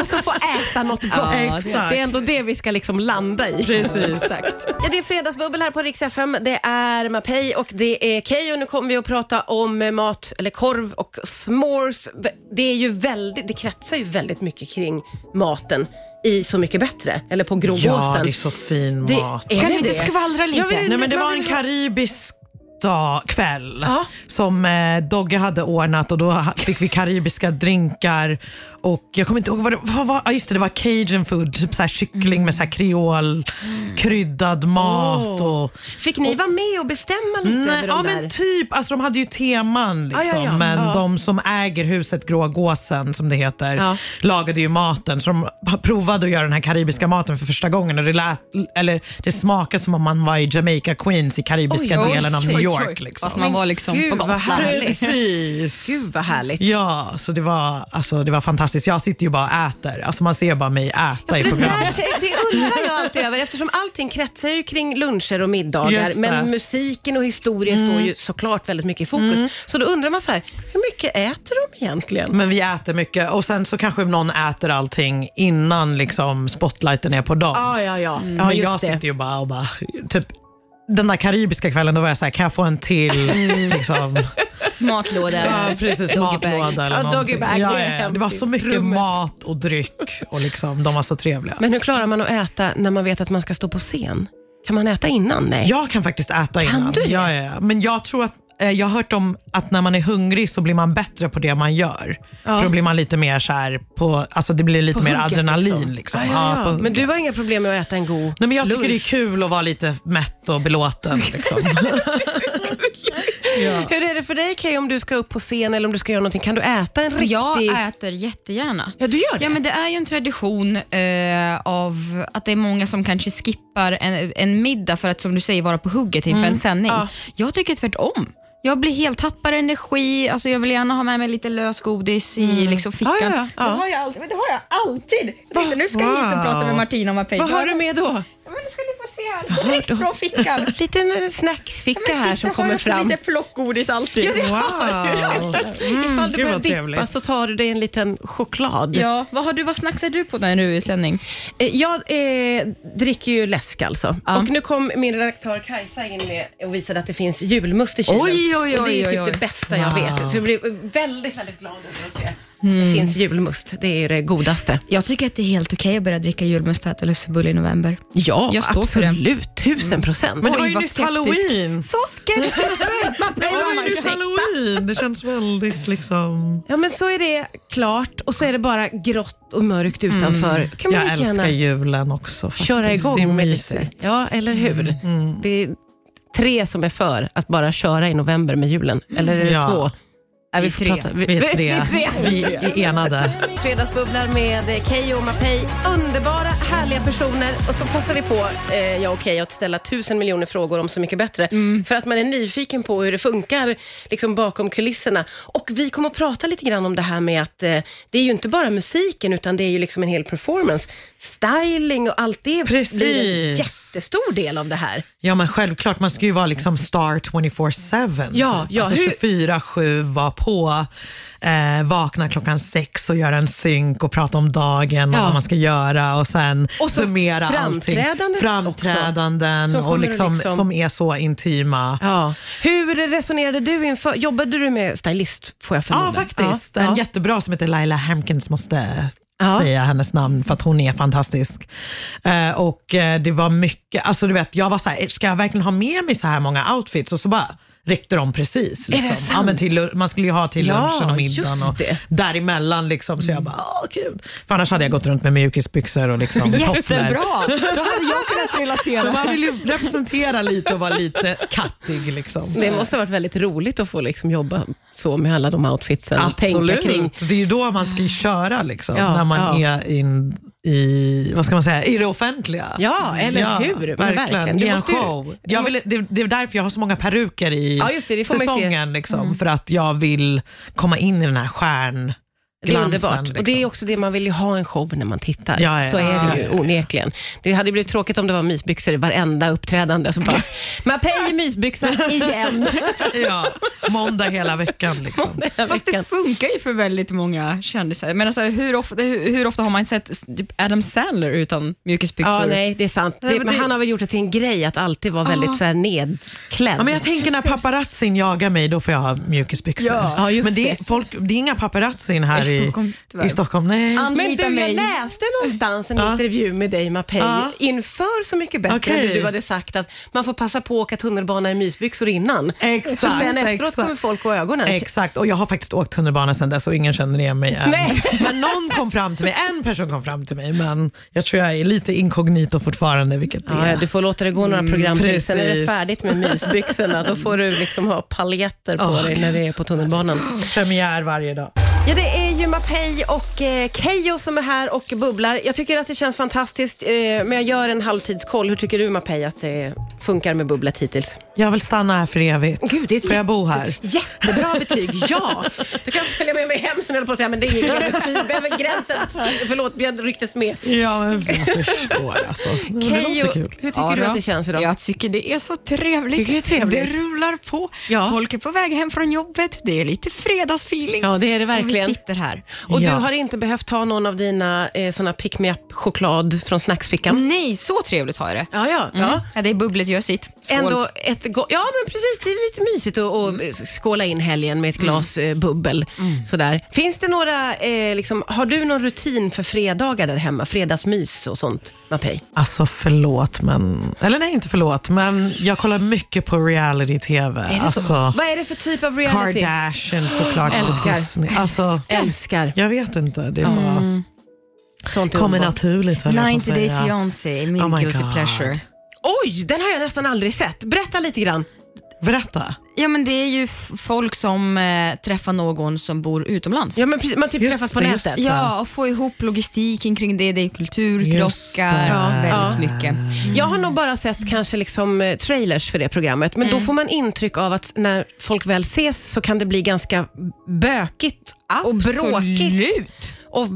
[SPEAKER 1] och så få äta något gott.
[SPEAKER 3] Ja, det-
[SPEAKER 2] Exakt.
[SPEAKER 1] Det är ändå det vi ska liksom landa i.
[SPEAKER 2] Precis.
[SPEAKER 1] Exakt. Ja, det är Fredagsbubbel här på Rix FM. Det är Mapei och det är Key och nu kommer vi att prata om eh, mat, eller korv och s'mores. V- Det, är ju väldigt, det kretsar ju väldigt mycket kring maten i Så mycket bättre, eller på Grågåsen.
[SPEAKER 2] Ja, det är så fin
[SPEAKER 1] Det-
[SPEAKER 2] mat.
[SPEAKER 1] är det
[SPEAKER 3] Kan du inte
[SPEAKER 1] det?
[SPEAKER 3] skvallra lite?
[SPEAKER 1] Jag vill-
[SPEAKER 2] Nej, men det
[SPEAKER 1] man
[SPEAKER 2] var
[SPEAKER 1] vill
[SPEAKER 2] en
[SPEAKER 1] ha-
[SPEAKER 2] karibisk dag, kväll
[SPEAKER 1] Ja.
[SPEAKER 2] som eh, Dogge hade ordnat och då ha- fick vi karibiska drinkar. Och jag kommer inte ihåg vad det vad var. Ah, just det, det var cajun food, typ så här kyckling med så här kreol, kryddad mat.
[SPEAKER 1] Mm. Åh.
[SPEAKER 2] Och,
[SPEAKER 1] Fick ni vara med och bestämma lite
[SPEAKER 2] Nej,
[SPEAKER 1] över de
[SPEAKER 2] ja,
[SPEAKER 1] där?
[SPEAKER 2] men typ. Alltså, de hade ju teman, liksom,
[SPEAKER 1] Ja, ja, ja.
[SPEAKER 2] men
[SPEAKER 1] Ja.
[SPEAKER 2] de som äger huset Gråa Gåsen, som det heter,
[SPEAKER 1] Ja.
[SPEAKER 2] lagade ju maten. Så de provade att göra den här karibiska maten för första gången och det, lät, eller, det smakade som om man var i Jamaica Queens i karibiska
[SPEAKER 1] Oj, oj,
[SPEAKER 2] delen av
[SPEAKER 1] oj,
[SPEAKER 2] New
[SPEAKER 1] oj.
[SPEAKER 2] York. Liksom.
[SPEAKER 3] Fast man var liksom
[SPEAKER 1] Gud,
[SPEAKER 3] på
[SPEAKER 1] vad
[SPEAKER 3] gatan.
[SPEAKER 1] härligt.
[SPEAKER 2] Precis.
[SPEAKER 1] Gud vad härligt.
[SPEAKER 2] Ja, så det var, alltså, det var fantastiskt. Jag sitter ju bara och äter. Alltså, man ser bara mig äta i
[SPEAKER 1] För Alltså, det, där,
[SPEAKER 2] programmet.
[SPEAKER 1] te- det undrar jag alltid över eftersom allting kretsar ju kring luncher och middagar
[SPEAKER 2] Just det.
[SPEAKER 1] men musiken och historien står ju såklart väldigt mycket i fokus. Så då undrar man så här, hur mycket äter de egentligen?
[SPEAKER 2] Men vi äter mycket och sen så kanske någon äter allting innan liksom, spotlighten är på dem.
[SPEAKER 1] Ja, ja, ja. ja
[SPEAKER 2] Men jag
[SPEAKER 1] just det.
[SPEAKER 2] sitter ju bara och bara, typ, den där karibiska kvällen då var jag såhär, kan jag få en till
[SPEAKER 1] Mm.
[SPEAKER 2] liksom,
[SPEAKER 3] Matlåda.
[SPEAKER 2] ja, precis,
[SPEAKER 3] Doggy bag.
[SPEAKER 2] matlåda eller
[SPEAKER 1] Ja, doggy
[SPEAKER 2] någonting.
[SPEAKER 1] bag,
[SPEAKER 2] Ja,
[SPEAKER 1] det är
[SPEAKER 2] ja, ja.
[SPEAKER 1] hem
[SPEAKER 2] Det var
[SPEAKER 1] till
[SPEAKER 2] så mycket
[SPEAKER 1] rummet.
[SPEAKER 2] mat och dryck och liksom, de var så trevliga.
[SPEAKER 1] Men hur klarar man att äta när man vet att man ska stå på scen? Kan man äta innan? Nej.
[SPEAKER 2] Jag kan faktiskt äta innan.
[SPEAKER 1] du det?
[SPEAKER 2] Ja, ja, ja. Men jag tror att eh, jag har hört om att när man är hungrig så blir man bättre på det man gör.
[SPEAKER 1] Ja.
[SPEAKER 2] För då blir man lite mer så här på, alltså det blir lite
[SPEAKER 1] På
[SPEAKER 2] mer
[SPEAKER 1] hugget,
[SPEAKER 2] adrenalin. Liksom.
[SPEAKER 1] alltså. Ja, ja, ja.
[SPEAKER 2] på
[SPEAKER 1] Men du har inga problem med att äta en god
[SPEAKER 2] Nej, men jag
[SPEAKER 1] lunch?
[SPEAKER 2] tycker det är kul att vara lite mätt och belåten. Liksom. ja.
[SPEAKER 1] Hur är det för dig Kay om du ska upp på scen eller om du ska göra någonting? Kan du äta en riktig...
[SPEAKER 3] Jag äter jättegärna.
[SPEAKER 1] Ja, du gör det?
[SPEAKER 3] Ja, men det är ju en tradition eh, av att det är många som kanske skippar en, en middag för att som du säger vara på hugget inför en sändning.
[SPEAKER 1] Mm. Ja.
[SPEAKER 3] Jag tycker tvärtom. Jag blir helt tappar energi, alltså jag vill gärna ha med mig lite lösgodis i liksom fickan.
[SPEAKER 1] Mm. Ja, ja, ja.
[SPEAKER 3] Det, har jag alltid, men det har jag alltid. Jag tänkte, nu ska jag hit
[SPEAKER 2] Wow.
[SPEAKER 3] och prata med Martina om Mapei.
[SPEAKER 1] Vad har du med då?
[SPEAKER 3] Ja, Men nu ska ni få se här, direkt från fickan.
[SPEAKER 1] Liten
[SPEAKER 3] Ja,
[SPEAKER 1] snacksficka
[SPEAKER 3] men
[SPEAKER 1] här
[SPEAKER 3] titta,
[SPEAKER 1] som
[SPEAKER 3] har
[SPEAKER 1] kommer
[SPEAKER 3] jag
[SPEAKER 1] fram. Mm.
[SPEAKER 3] lite plockgodis alltid.
[SPEAKER 2] Wow.
[SPEAKER 1] Ifall
[SPEAKER 2] gud
[SPEAKER 1] du
[SPEAKER 2] vad
[SPEAKER 1] börjar dippa
[SPEAKER 2] trevligt.
[SPEAKER 1] så tar du dig en liten choklad.
[SPEAKER 3] Ja, vad, har du, vad snacksar du på när du är i sändning?
[SPEAKER 1] Eh, Jag eh, dricker ju läsk alltså.
[SPEAKER 3] Ja.
[SPEAKER 1] Och nu kom min redaktör Kajsa in med och visade att det finns julmust i kylen.
[SPEAKER 3] Oj, oj,
[SPEAKER 1] och det är ju
[SPEAKER 3] oj,
[SPEAKER 1] typ
[SPEAKER 3] oj, oj.
[SPEAKER 1] det bästa jag
[SPEAKER 2] Wow.
[SPEAKER 1] vet. Så jag blir väldigt, väldigt glad över att se att det finns julmust. Det är ju det godaste.
[SPEAKER 3] Jag tycker att det är helt okej att börja dricka julmust och äta lussebulle i november.
[SPEAKER 1] Ja,
[SPEAKER 3] Jag står för det.
[SPEAKER 1] absolut. Tusen procent.
[SPEAKER 2] Men det var
[SPEAKER 3] Oj,
[SPEAKER 2] ju
[SPEAKER 3] vad
[SPEAKER 2] nyss
[SPEAKER 3] skeptisk.
[SPEAKER 2] halloween.
[SPEAKER 3] Så skeptisk
[SPEAKER 2] Det var ju nyss halloween. Det känns väldigt liksom...
[SPEAKER 1] Ja, men så är det klart och så är det bara grått och mörkt utanför. Kan man
[SPEAKER 2] Mm. Jag
[SPEAKER 1] lika
[SPEAKER 2] älskar
[SPEAKER 1] gärna
[SPEAKER 2] julen också. Faktiskt.
[SPEAKER 1] köra
[SPEAKER 2] det är
[SPEAKER 1] igång med lite.
[SPEAKER 2] mysigt. Mm,
[SPEAKER 1] Ja, eller hur? Det är tre som är för att bara köra i november med julen. Eller är det
[SPEAKER 2] Ja.
[SPEAKER 1] två? Nej,
[SPEAKER 3] Vi är tre.
[SPEAKER 1] vi,
[SPEAKER 2] Vi är
[SPEAKER 1] vi
[SPEAKER 2] tre.
[SPEAKER 1] är tre.
[SPEAKER 2] Vi är enade.
[SPEAKER 1] Fredagsbubblar med eh, Keyyo och Mapei. Underbara, härliga personer. Och så passar vi på, eh, jag och Keyyo, att ställa tusen miljoner frågor om Så mycket bättre.
[SPEAKER 2] Mm.
[SPEAKER 1] För att man är nyfiken på hur det funkar liksom bakom kulisserna. Och vi kommer att prata lite grann om det här med att eh, det är ju inte bara musiken, utan det är ju liksom en hel performance. Styling och allt det blir en
[SPEAKER 2] Precis.
[SPEAKER 1] jättestor del av det här.
[SPEAKER 2] Ja men självklart, man ska ju vara liksom star 24-7.
[SPEAKER 1] Ja, ja,
[SPEAKER 2] alltså
[SPEAKER 1] hur-
[SPEAKER 2] 24-7, vara på, eh, vakna klockan sex och göra en synk och prata om dagen
[SPEAKER 1] Ja.
[SPEAKER 2] och vad man ska göra och sen
[SPEAKER 1] Och så
[SPEAKER 2] summera allting.
[SPEAKER 1] framträdandet
[SPEAKER 2] Framträdanden
[SPEAKER 1] också. Som
[SPEAKER 2] och
[SPEAKER 1] kommer
[SPEAKER 2] liksom,
[SPEAKER 1] liksom-
[SPEAKER 2] som är så intima.
[SPEAKER 1] Ja. Hur resonerade du inför, jobbade du med stylist får jag förmoda?
[SPEAKER 2] Ja, faktiskt.
[SPEAKER 1] Ja,
[SPEAKER 2] En
[SPEAKER 1] ja.
[SPEAKER 2] jättebra som heter Laila Hamkins måste
[SPEAKER 1] Ja.
[SPEAKER 2] säga hennes namn för att hon är fantastisk. Eh, och eh, det var mycket, alltså du vet, jag var så här, ska jag verkligen ha med mig så här många outfits? Och så bara räckte de precis. Liksom.
[SPEAKER 1] det
[SPEAKER 2] ja, men till, lu- man skulle ju ha till
[SPEAKER 1] Ja,
[SPEAKER 2] lunchen och middagen
[SPEAKER 1] just
[SPEAKER 2] och
[SPEAKER 1] det. Mm.
[SPEAKER 2] däremellan. Liksom, så jag bara, åh kul. För annars hade jag gått runt med mjukisbyxor och liksom, tofflor.
[SPEAKER 3] Jättebra! Då hade jag kunnat
[SPEAKER 2] Så
[SPEAKER 3] relatera.
[SPEAKER 2] Man vill ju representera lite och vara lite kattig. Liksom.
[SPEAKER 1] Det måste ha varit väldigt roligt att få liksom jobba så med alla de outfitsen. och
[SPEAKER 2] Absolut.
[SPEAKER 1] Tänka kring
[SPEAKER 2] Det är ju då man ska ju köra, liksom,
[SPEAKER 1] Ja,
[SPEAKER 2] när man
[SPEAKER 1] ja.
[SPEAKER 2] är in, i, vad ska man säga, i det offentliga.
[SPEAKER 1] Ja, eller hur? Men
[SPEAKER 2] Verkligen.
[SPEAKER 1] verkligen. Du
[SPEAKER 2] Det är en
[SPEAKER 1] måste ju-
[SPEAKER 2] show.
[SPEAKER 1] du
[SPEAKER 2] Jag
[SPEAKER 1] måste-
[SPEAKER 2] vill, det, det är därför jag har så många peruker i
[SPEAKER 1] Ja, just det, det får man ju se. Mm.
[SPEAKER 2] säsongen. Liksom, För att jag vill komma in i den här stjärnglansen.
[SPEAKER 1] Det är underbart.
[SPEAKER 2] Liksom.
[SPEAKER 1] Och det är också det man vill ju ha en show när man tittar.
[SPEAKER 2] Ja, ja,
[SPEAKER 1] så
[SPEAKER 2] ja.
[SPEAKER 1] är det ju onekligen. Det hade blivit tråkigt om det var mysbyxor i varenda uppträdande. Så bara, Mapei i mysbyxan igen.
[SPEAKER 2] ja, måndag hela veckan. Liksom.
[SPEAKER 3] Fast det funkar ju för väldigt många kändisar. Men alltså, hur, ofta, hur, hur ofta har man sett s- typ Adam Sandler utan mjukisbyxor?
[SPEAKER 1] Ja, nej, det är sant.
[SPEAKER 3] Nej,
[SPEAKER 1] Det,
[SPEAKER 3] men
[SPEAKER 1] men
[SPEAKER 3] det-
[SPEAKER 1] han har väl gjort det till en grej att alltid vara väldigt så här nedklädd.
[SPEAKER 2] Ja, men jag tänker när paparazzin jagar mig, då får jag ha mjukisbyxor.
[SPEAKER 3] Ja.
[SPEAKER 1] Ja, just
[SPEAKER 2] men det är,
[SPEAKER 1] det.
[SPEAKER 2] folk, det är inga paparazzin här
[SPEAKER 3] I
[SPEAKER 2] i
[SPEAKER 3] Stockholm, tyvärr.
[SPEAKER 2] i Stockholm nej.
[SPEAKER 1] Men du,
[SPEAKER 3] Anlita
[SPEAKER 1] jag
[SPEAKER 3] mig.
[SPEAKER 1] läste någonstans en intervju med dig Mapei
[SPEAKER 2] Ja.
[SPEAKER 1] inför Så mycket bättre
[SPEAKER 2] Okej.
[SPEAKER 1] när du hade sagt att man får passa på att åka tunnelbana i mysbyxor innan.
[SPEAKER 2] Exakt,
[SPEAKER 1] För sen efteråt
[SPEAKER 2] exakt.
[SPEAKER 1] kommer folk och ögonen.
[SPEAKER 2] Exakt, och jag har faktiskt åkt tunnelbana sedan dess och ingen känner igen mig än.
[SPEAKER 1] Nej.
[SPEAKER 2] Men någon kom fram till mig, en person kom fram till mig, men jag tror jag är lite inkognito fortfarande, vilket det
[SPEAKER 1] Ja, Mm,
[SPEAKER 2] är.
[SPEAKER 1] du får låta det gå några program till, sen är det
[SPEAKER 2] precis.
[SPEAKER 1] färdigt med mysbyxorna. Då får du liksom ha paljetter på
[SPEAKER 2] Åh,
[SPEAKER 1] dig när det är på tunnelbanan.
[SPEAKER 2] Premiär varje dag.
[SPEAKER 1] Ja, det är ju Mapei och eh, Keyyo som är här och bubblar. Jag tycker att det känns fantastiskt, eh, men jag gör en halvtidskoll. Hur tycker du Mapei att det funkar med bubblet hittills?
[SPEAKER 2] Jag vill stanna här för evigt.
[SPEAKER 1] Gud, det är ett
[SPEAKER 2] får jag bo här?
[SPEAKER 1] Jättebra betyg, ja! Du kan följa med mig hem sen höll på att säga, men det är ingen gräns. Vi behöver gränsen. Förlåt, jag rycktes med.
[SPEAKER 2] Ja, men jag förstår alltså. Det låter
[SPEAKER 1] Keyyo, hur
[SPEAKER 2] kul.
[SPEAKER 1] tycker
[SPEAKER 3] Ja,
[SPEAKER 1] du
[SPEAKER 3] då.
[SPEAKER 1] att det känns idag?
[SPEAKER 3] Jag tycker det är så trevligt.
[SPEAKER 1] Tycker det är trevligt.
[SPEAKER 3] Det rullar på.
[SPEAKER 1] Ja.
[SPEAKER 3] Folk är på väg hem från jobbet. Det är lite fredagsfeeling.
[SPEAKER 1] Ja, det är det
[SPEAKER 3] Och vi
[SPEAKER 1] verkligen.
[SPEAKER 3] sitter här.
[SPEAKER 1] Och
[SPEAKER 2] Ja.
[SPEAKER 1] du har inte behövt ta någon av dina eh, såna pick me up choklad från snacksfickan?
[SPEAKER 3] Nej, så trevligt har jag det.
[SPEAKER 1] Mm.
[SPEAKER 3] Mm.
[SPEAKER 1] Ja, ja. ja.
[SPEAKER 3] Ja, det är bubblet gör sitt. Skål.
[SPEAKER 1] Ändå ett go- ja, men precis. Det är lite mysigt att, att skåla in helgen med ett glas eh, bubbel. Sådär. Finns det några, eh, liksom, har du någon rutin för fredagar där hemma? Fredagsmys och sånt, Mapei?
[SPEAKER 2] Alltså förlåt, men... Eller nej, inte förlåt, men jag kollar mycket på reality-tv.
[SPEAKER 1] Är det så?
[SPEAKER 2] Alltså,
[SPEAKER 1] Vad är det för typ av reality?
[SPEAKER 2] Kardashian såklart. på
[SPEAKER 1] Älskar.
[SPEAKER 2] Disney. Alltså,
[SPEAKER 1] Älskar.
[SPEAKER 2] jag vet inte. Det bara
[SPEAKER 1] Sånt är
[SPEAKER 2] kommer
[SPEAKER 1] underbart.
[SPEAKER 2] naturligt, höll jag på att
[SPEAKER 3] 90 Day
[SPEAKER 2] säga.
[SPEAKER 3] Fiancé, min
[SPEAKER 2] Oh my
[SPEAKER 3] guilty
[SPEAKER 2] God.
[SPEAKER 3] pleasure.
[SPEAKER 1] Oj, den har jag nästan aldrig sett. Berätta lite grann.
[SPEAKER 2] Berätta.
[SPEAKER 3] Ja, men det är ju f- folk som eh, träffar någon som bor utomlands.
[SPEAKER 1] Ja, men precis, man typ
[SPEAKER 2] Just
[SPEAKER 1] träffas på
[SPEAKER 2] det, just
[SPEAKER 1] nätet.
[SPEAKER 2] det.
[SPEAKER 3] Ja, och få ihop logistiken kring det. Det är
[SPEAKER 2] alltså. Just
[SPEAKER 3] kulturkrockar,
[SPEAKER 2] det.
[SPEAKER 3] väldigt mycket.
[SPEAKER 1] Jag har nog bara sett kanske liksom eh, trailers för det programmet, men
[SPEAKER 2] Mm.
[SPEAKER 1] då får man intryck av att när folk väl ses så kan det bli ganska bökigt och bråkigt.
[SPEAKER 3] Absolut.
[SPEAKER 1] Och,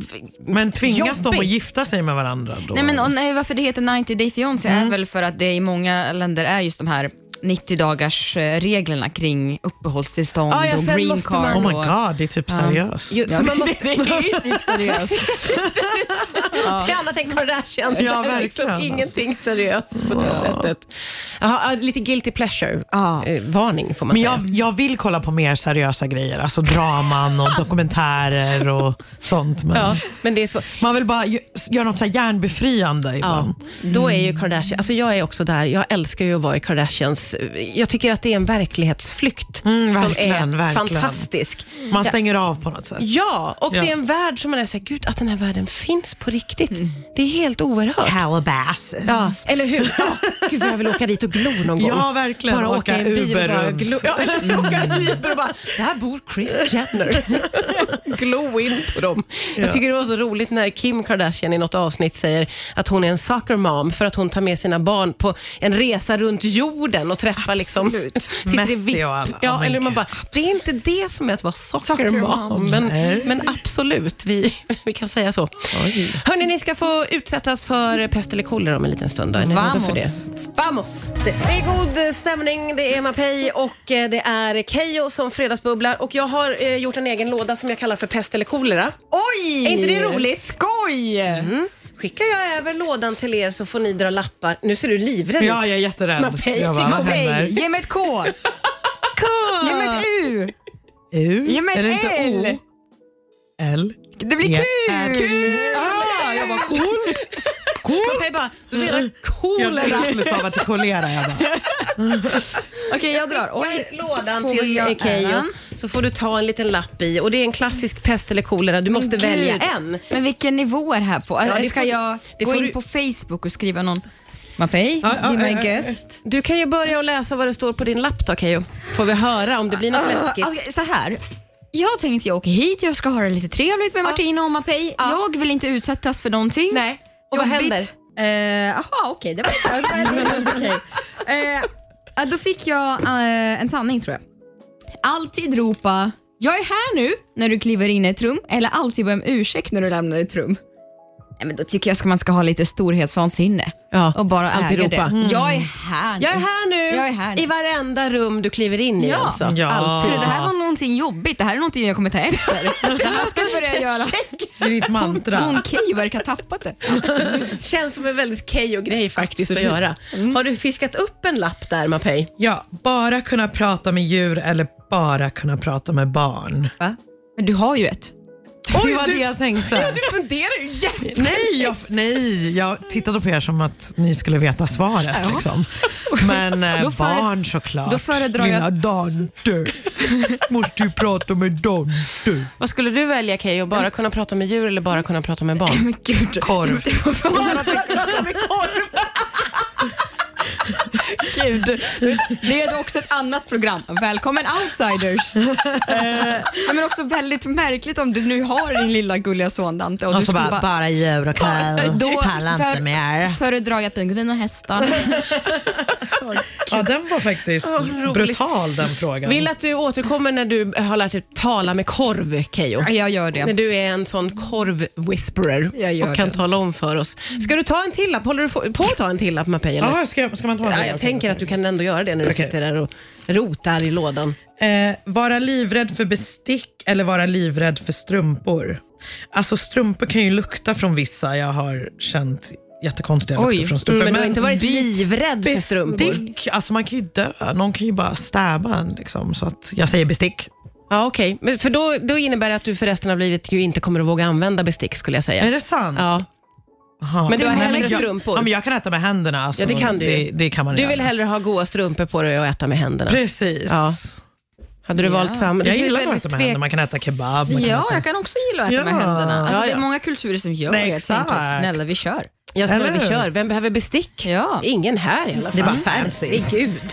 [SPEAKER 2] Men tvingas de
[SPEAKER 1] Jobbigt.
[SPEAKER 2] att gifta sig med varandra då?
[SPEAKER 3] Nej, men, och, nej, varför det heter 90 Day Fiancé
[SPEAKER 2] Mm.
[SPEAKER 3] är väl för att det i många länder är just de här 90 dagars eh, reglerna kring uppehållstillstånd
[SPEAKER 2] Ah,
[SPEAKER 1] Ja, ja,
[SPEAKER 3] och
[SPEAKER 1] sen
[SPEAKER 3] green
[SPEAKER 1] måste
[SPEAKER 3] card.
[SPEAKER 1] man-
[SPEAKER 2] Oh my
[SPEAKER 3] och-
[SPEAKER 2] god, det är typ seriöst.
[SPEAKER 1] ju, så man måste,
[SPEAKER 3] det är ju typ seriöst.
[SPEAKER 1] Det är annat än Kardashian.
[SPEAKER 2] Ja,
[SPEAKER 1] Det är liksom
[SPEAKER 2] verkligen, alltså.
[SPEAKER 1] Ingenting seriöst på det sättet. Jaha, ja, lite guilty pleasure.
[SPEAKER 3] Ja.
[SPEAKER 1] Eh, varning får man
[SPEAKER 2] Men
[SPEAKER 1] säga.
[SPEAKER 2] jag, jag vill kolla på mer seriösa grejer, alltså draman och dokumentärer och sånt. Men
[SPEAKER 1] Ja, men det är svårt.
[SPEAKER 2] Man vill bara gö- göra något så här hjärnbefriande ibland.
[SPEAKER 1] Ja, då är ju Kardashian, alltså jag är också där, jag älskar ju att vara i Kardashians, jag tycker att det är en verklighetsflykt
[SPEAKER 2] Mm,
[SPEAKER 1] som är
[SPEAKER 2] verkligen, verkligen.
[SPEAKER 1] fantastisk.
[SPEAKER 2] Man stänger av på något sätt.
[SPEAKER 1] Ja, och
[SPEAKER 2] Ja.
[SPEAKER 1] det är en värld som man är såhär, gud att den här världen finns på riktigt. Det är helt oerhört.
[SPEAKER 2] Calabasas.
[SPEAKER 1] Ja, eller hur? Ja, gud vad jag vill åka dit och glo någon gång.
[SPEAKER 2] Ja, verkligen.
[SPEAKER 1] Bara åka, Mm.
[SPEAKER 2] Åka
[SPEAKER 1] i en bil
[SPEAKER 2] Uber
[SPEAKER 1] och bara
[SPEAKER 2] runt.
[SPEAKER 1] glo. Ja, eller åka i Uber och bara, där bor Chris Jenner. glo in på dem. Jag tycker det var så roligt när Kim Kardashian i något avsnitt säger att hon är en soccer mom för att hon tar med sina barn på en resa runt jorden och träffar liksom... Sitter i
[SPEAKER 2] Messi
[SPEAKER 1] VIP.
[SPEAKER 2] och alla.
[SPEAKER 1] Ja,
[SPEAKER 2] Men
[SPEAKER 1] eller man
[SPEAKER 2] gud.
[SPEAKER 1] bara, det är inte det som är att vara Oh soccer
[SPEAKER 3] Soccer mom.
[SPEAKER 1] mom. Men,
[SPEAKER 2] Nej.
[SPEAKER 1] men absolut, vi, vi kan säga så.
[SPEAKER 2] Oj.
[SPEAKER 1] Hörni, Hörni, ni ska få utsättas för pest eller kolera om en liten stund. Då. Är ni redo för
[SPEAKER 3] Vamos.
[SPEAKER 1] det? Vamos! Det är god eh, stämning, det är Mapei och eh, det är Keyyo som fredagsbubblar. Och jag har eh, gjort en egen låda som jag kallar för pest eller kolera.
[SPEAKER 3] Oj!
[SPEAKER 1] Är inte det roligt?
[SPEAKER 3] Skoj!
[SPEAKER 2] Mm.
[SPEAKER 1] Skickar jag över lådan till er så får ni dra lappar. Nu ser du livrädd ut.
[SPEAKER 2] Ja, jag är jätterädd.
[SPEAKER 1] Mapei,
[SPEAKER 2] Jag bara, vad
[SPEAKER 3] Hej,
[SPEAKER 2] händer?
[SPEAKER 3] ge mig ett K! Ge mig ett U!
[SPEAKER 2] U?
[SPEAKER 3] Ge mig
[SPEAKER 2] Är det
[SPEAKER 3] ett
[SPEAKER 2] inte
[SPEAKER 3] L!
[SPEAKER 2] O? L?
[SPEAKER 3] Det blir
[SPEAKER 2] Ja.
[SPEAKER 3] kul!
[SPEAKER 2] Ah, jag bara cool.
[SPEAKER 1] Mapei bara, du menar
[SPEAKER 2] Jag trodde
[SPEAKER 1] kolera.
[SPEAKER 2] du skulle stava till kolera. Jag bara,
[SPEAKER 3] Okej, jag drar. Oj.
[SPEAKER 1] Skickar lådan
[SPEAKER 3] Får
[SPEAKER 1] till
[SPEAKER 3] jag
[SPEAKER 1] eh, Keyyo
[SPEAKER 3] äran?
[SPEAKER 1] så får du ta en liten lapp i. Och det är en klassisk pest eller kolera. Du måste
[SPEAKER 3] Gud.
[SPEAKER 1] välja en.
[SPEAKER 3] Men vilken nivå är det här på?
[SPEAKER 1] det
[SPEAKER 3] Ska
[SPEAKER 1] får-
[SPEAKER 3] jag
[SPEAKER 1] det
[SPEAKER 3] gå
[SPEAKER 1] får
[SPEAKER 3] in
[SPEAKER 1] du-
[SPEAKER 3] på Facebook och skriva någon Mapei,
[SPEAKER 2] Ja, ja,
[SPEAKER 3] be my
[SPEAKER 2] ja, ja,
[SPEAKER 3] guest.
[SPEAKER 1] Du kan ju börja och läsa vad det står på din lapp då Keyyo. Får vi höra om det blir något läskigt.
[SPEAKER 3] Ah, okej, så här. Jag tänkte jag åker hit, jag ska ha det lite trevligt med Martina och Mapei. Jag vill inte utsättas för någonting.
[SPEAKER 1] Nej. Och vad
[SPEAKER 3] Jobbigt.
[SPEAKER 1] händer?
[SPEAKER 3] Eh, Jaha, okej. Det var, det var helt okej. Eh, ja, då fick jag eh, en sanning tror jag. Alltid ropa “Jag är här nu” när du kliver in i ett rum eller alltid be om ursäkt när du lämnar ett rum. Nej, men då tycker jag ska man ska ha lite storhetsvansinne
[SPEAKER 1] Ja,
[SPEAKER 3] och bara
[SPEAKER 1] alltid
[SPEAKER 3] äga
[SPEAKER 1] ropa. Mm.
[SPEAKER 3] det. Jag är här nu.
[SPEAKER 1] Jag är här nu,
[SPEAKER 3] Jag är här nu.
[SPEAKER 1] i varenda rum du kliver in i.
[SPEAKER 3] Ja.
[SPEAKER 1] Alltså.
[SPEAKER 2] Ja.
[SPEAKER 1] Alltid.
[SPEAKER 3] Skulle det här vara någonting jobbigt? Det här är någonting jag kommer ta efter. det här ska jag börja göra.
[SPEAKER 2] det är ditt
[SPEAKER 3] Hon
[SPEAKER 2] mantra.
[SPEAKER 3] Keyyo verkar ha tappat det.
[SPEAKER 1] Känns som en väldigt Keyyo grej faktiskt
[SPEAKER 3] Absolut. Mm.
[SPEAKER 1] att göra. Har du fiskat upp en lapp där Mapei?
[SPEAKER 2] Ja, bara kunna prata med djur eller bara kunna prata med barn.
[SPEAKER 3] Va? Men du har ju ett.
[SPEAKER 2] det var det jag tänkte.
[SPEAKER 1] Du funderar ju jättemycket.
[SPEAKER 2] Nej jag, nej, jag tittade på er som att ni skulle veta svaret.
[SPEAKER 3] Ja.
[SPEAKER 2] Liksom. Men eh,
[SPEAKER 3] Då före-
[SPEAKER 2] barn såklart.
[SPEAKER 3] då föredrar jag-
[SPEAKER 2] Lilla Dante. Måste ju prata med Dante.
[SPEAKER 1] Vad skulle du välja Keyyo? Bara kunna prata med djur eller bara kunna prata med barn?
[SPEAKER 3] Men gud.
[SPEAKER 2] Korv.
[SPEAKER 3] Gud. Det är också ett annat program. Välkommen outsiders. Eh, nej, men också väldigt märkligt om du nu har din lilla gulliga son Dante och,
[SPEAKER 2] Och
[SPEAKER 3] du
[SPEAKER 2] så
[SPEAKER 3] skulle
[SPEAKER 2] Alltså, bara, bara djur och kväll.
[SPEAKER 3] Då-
[SPEAKER 2] Pallar
[SPEAKER 3] för-
[SPEAKER 2] inte mer.
[SPEAKER 3] föredrar jag pingvin och hästar.
[SPEAKER 2] Ja, den var faktiskt
[SPEAKER 1] roligt.
[SPEAKER 2] brutal den frågan.
[SPEAKER 1] Vill att du återkommer när du har lärt dig tala med korv Keyyo.
[SPEAKER 3] Ja, Jag gör
[SPEAKER 1] När
[SPEAKER 3] det.
[SPEAKER 1] du är en sån
[SPEAKER 3] Jag
[SPEAKER 1] korv-whisperer
[SPEAKER 3] gör
[SPEAKER 1] och kan
[SPEAKER 3] det.
[SPEAKER 1] tala om för oss. Ska du ta en till lapp? Håller du få- på att ta en till lapp Mapei? eller?
[SPEAKER 2] Jaha, ska, ska man ta en
[SPEAKER 1] Ja,
[SPEAKER 2] till?
[SPEAKER 1] jag
[SPEAKER 2] Okej,
[SPEAKER 1] tänker att du kan ändå göra det när du
[SPEAKER 2] Okej.
[SPEAKER 1] sitter där och rotar i lådan.
[SPEAKER 2] Eh, vara livrädd för bestick eller vara livrädd för strumpor? Alltså strumpor kan ju lukta från vissa. Jag har känt jättekonstiga
[SPEAKER 3] Oj,
[SPEAKER 2] lukter från strumpor.
[SPEAKER 1] mm, men du har inte varit
[SPEAKER 3] bit-
[SPEAKER 1] livrädd för strumpor?
[SPEAKER 2] bestick, alltså man kan ju dö. Någon kan ju bara stäba en. Liksom, så att jag säger bestick.
[SPEAKER 1] Ja, okej. Men För då, då innebär det att du för resten av livet ju inte kommer att våga använda bestick skulle jag säga.
[SPEAKER 2] Är det sant?
[SPEAKER 1] Ja.
[SPEAKER 2] Aha.
[SPEAKER 1] Men du har
[SPEAKER 2] Nej,
[SPEAKER 1] hellre
[SPEAKER 2] jag,
[SPEAKER 1] strumpor.
[SPEAKER 2] Ja, men jag kan äta med händerna. Alltså,
[SPEAKER 1] Ja, det kan du ju.
[SPEAKER 2] Det, det kan man
[SPEAKER 1] Du
[SPEAKER 2] göra.
[SPEAKER 1] vill hellre ha goa strumpor på dig och äta med händerna.
[SPEAKER 2] Precis.
[SPEAKER 1] Ja. Hade du
[SPEAKER 3] Ja.
[SPEAKER 1] valt samma?
[SPEAKER 2] Jag
[SPEAKER 1] Det är
[SPEAKER 2] gillar att
[SPEAKER 1] väldigt
[SPEAKER 2] äta med händerna. Man kan äta kebab. Man kan
[SPEAKER 3] Ja,
[SPEAKER 2] äta...
[SPEAKER 3] jag kan också gilla att äta med
[SPEAKER 2] Ja.
[SPEAKER 3] händerna. Alltså,
[SPEAKER 2] Ja,
[SPEAKER 3] Det är
[SPEAKER 2] ja.
[SPEAKER 3] många kulturer som gör
[SPEAKER 2] Nej,
[SPEAKER 3] det. Så jag tänker,
[SPEAKER 2] exakt.
[SPEAKER 3] Snälla, vi kör.
[SPEAKER 1] Jag snälla, vi
[SPEAKER 2] Eller hur?
[SPEAKER 1] kör. Vem behöver bestick?
[SPEAKER 3] Ja.
[SPEAKER 1] Ingen här i alla fall.
[SPEAKER 2] Det är bara fancy.
[SPEAKER 1] Herregud.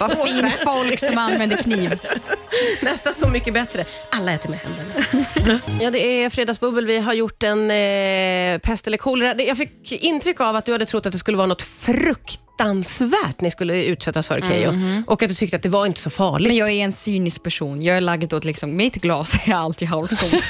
[SPEAKER 3] Vad fint folk som använder kniv.
[SPEAKER 1] Nästa Så mycket bättre. Alla äter med händerna. ja, det är Fredagsbubbel. Vi har gjort en eh, pest eller kolera. Det- Jag fick intryck av att du hade trott att det skulle vara något fruktansvärt ni skulle utsättas för, Keyyo. Och att du tyckte att det var inte så farligt.
[SPEAKER 3] Men jag är en cynisk person. Jag är lagd åt liksom, mitt glas är alltid halvtomt.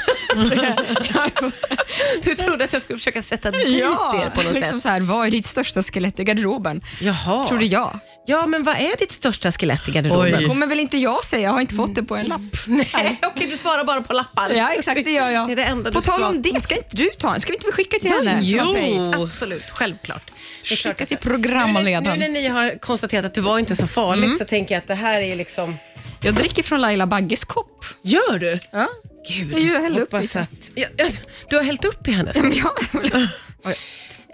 [SPEAKER 1] Du trodde att jag skulle försöka sätta dit er på något
[SPEAKER 3] liksom
[SPEAKER 1] sätt.
[SPEAKER 3] Så här, vad är ditt största skelett i garderoben?
[SPEAKER 1] Jaha.
[SPEAKER 3] Trodde jag.
[SPEAKER 1] Ja, men vad är ditt största skelett i garderoben?
[SPEAKER 2] Oj.
[SPEAKER 3] Kommer väl inte jag säga, jag har inte fått det på en lapp.
[SPEAKER 1] Nej, okej, du svarar bara på lappar.
[SPEAKER 3] Ja exakt, det gör jag.
[SPEAKER 1] Det är det enda
[SPEAKER 3] på
[SPEAKER 1] du
[SPEAKER 3] tal
[SPEAKER 1] svarar.
[SPEAKER 3] om det, ska inte du ta en? Ska vi inte skicka till henne? Mapei?
[SPEAKER 1] Jo, absolut. Självklart. Det är klart
[SPEAKER 3] Skicka
[SPEAKER 1] att
[SPEAKER 3] till
[SPEAKER 1] Nu, nu när
[SPEAKER 3] programledaren.
[SPEAKER 1] ni har konstaterat att det var inte så farligt så tänker jag att det här är liksom...
[SPEAKER 3] Jag dricker från Laila Bagges kopp.
[SPEAKER 1] Gör du?
[SPEAKER 3] Ja.
[SPEAKER 1] Gud,
[SPEAKER 3] Jag gör- häller upp
[SPEAKER 1] hoppas
[SPEAKER 3] lite.
[SPEAKER 1] att... Ja, ja, du har hällt upp i hennes.
[SPEAKER 3] Men jag-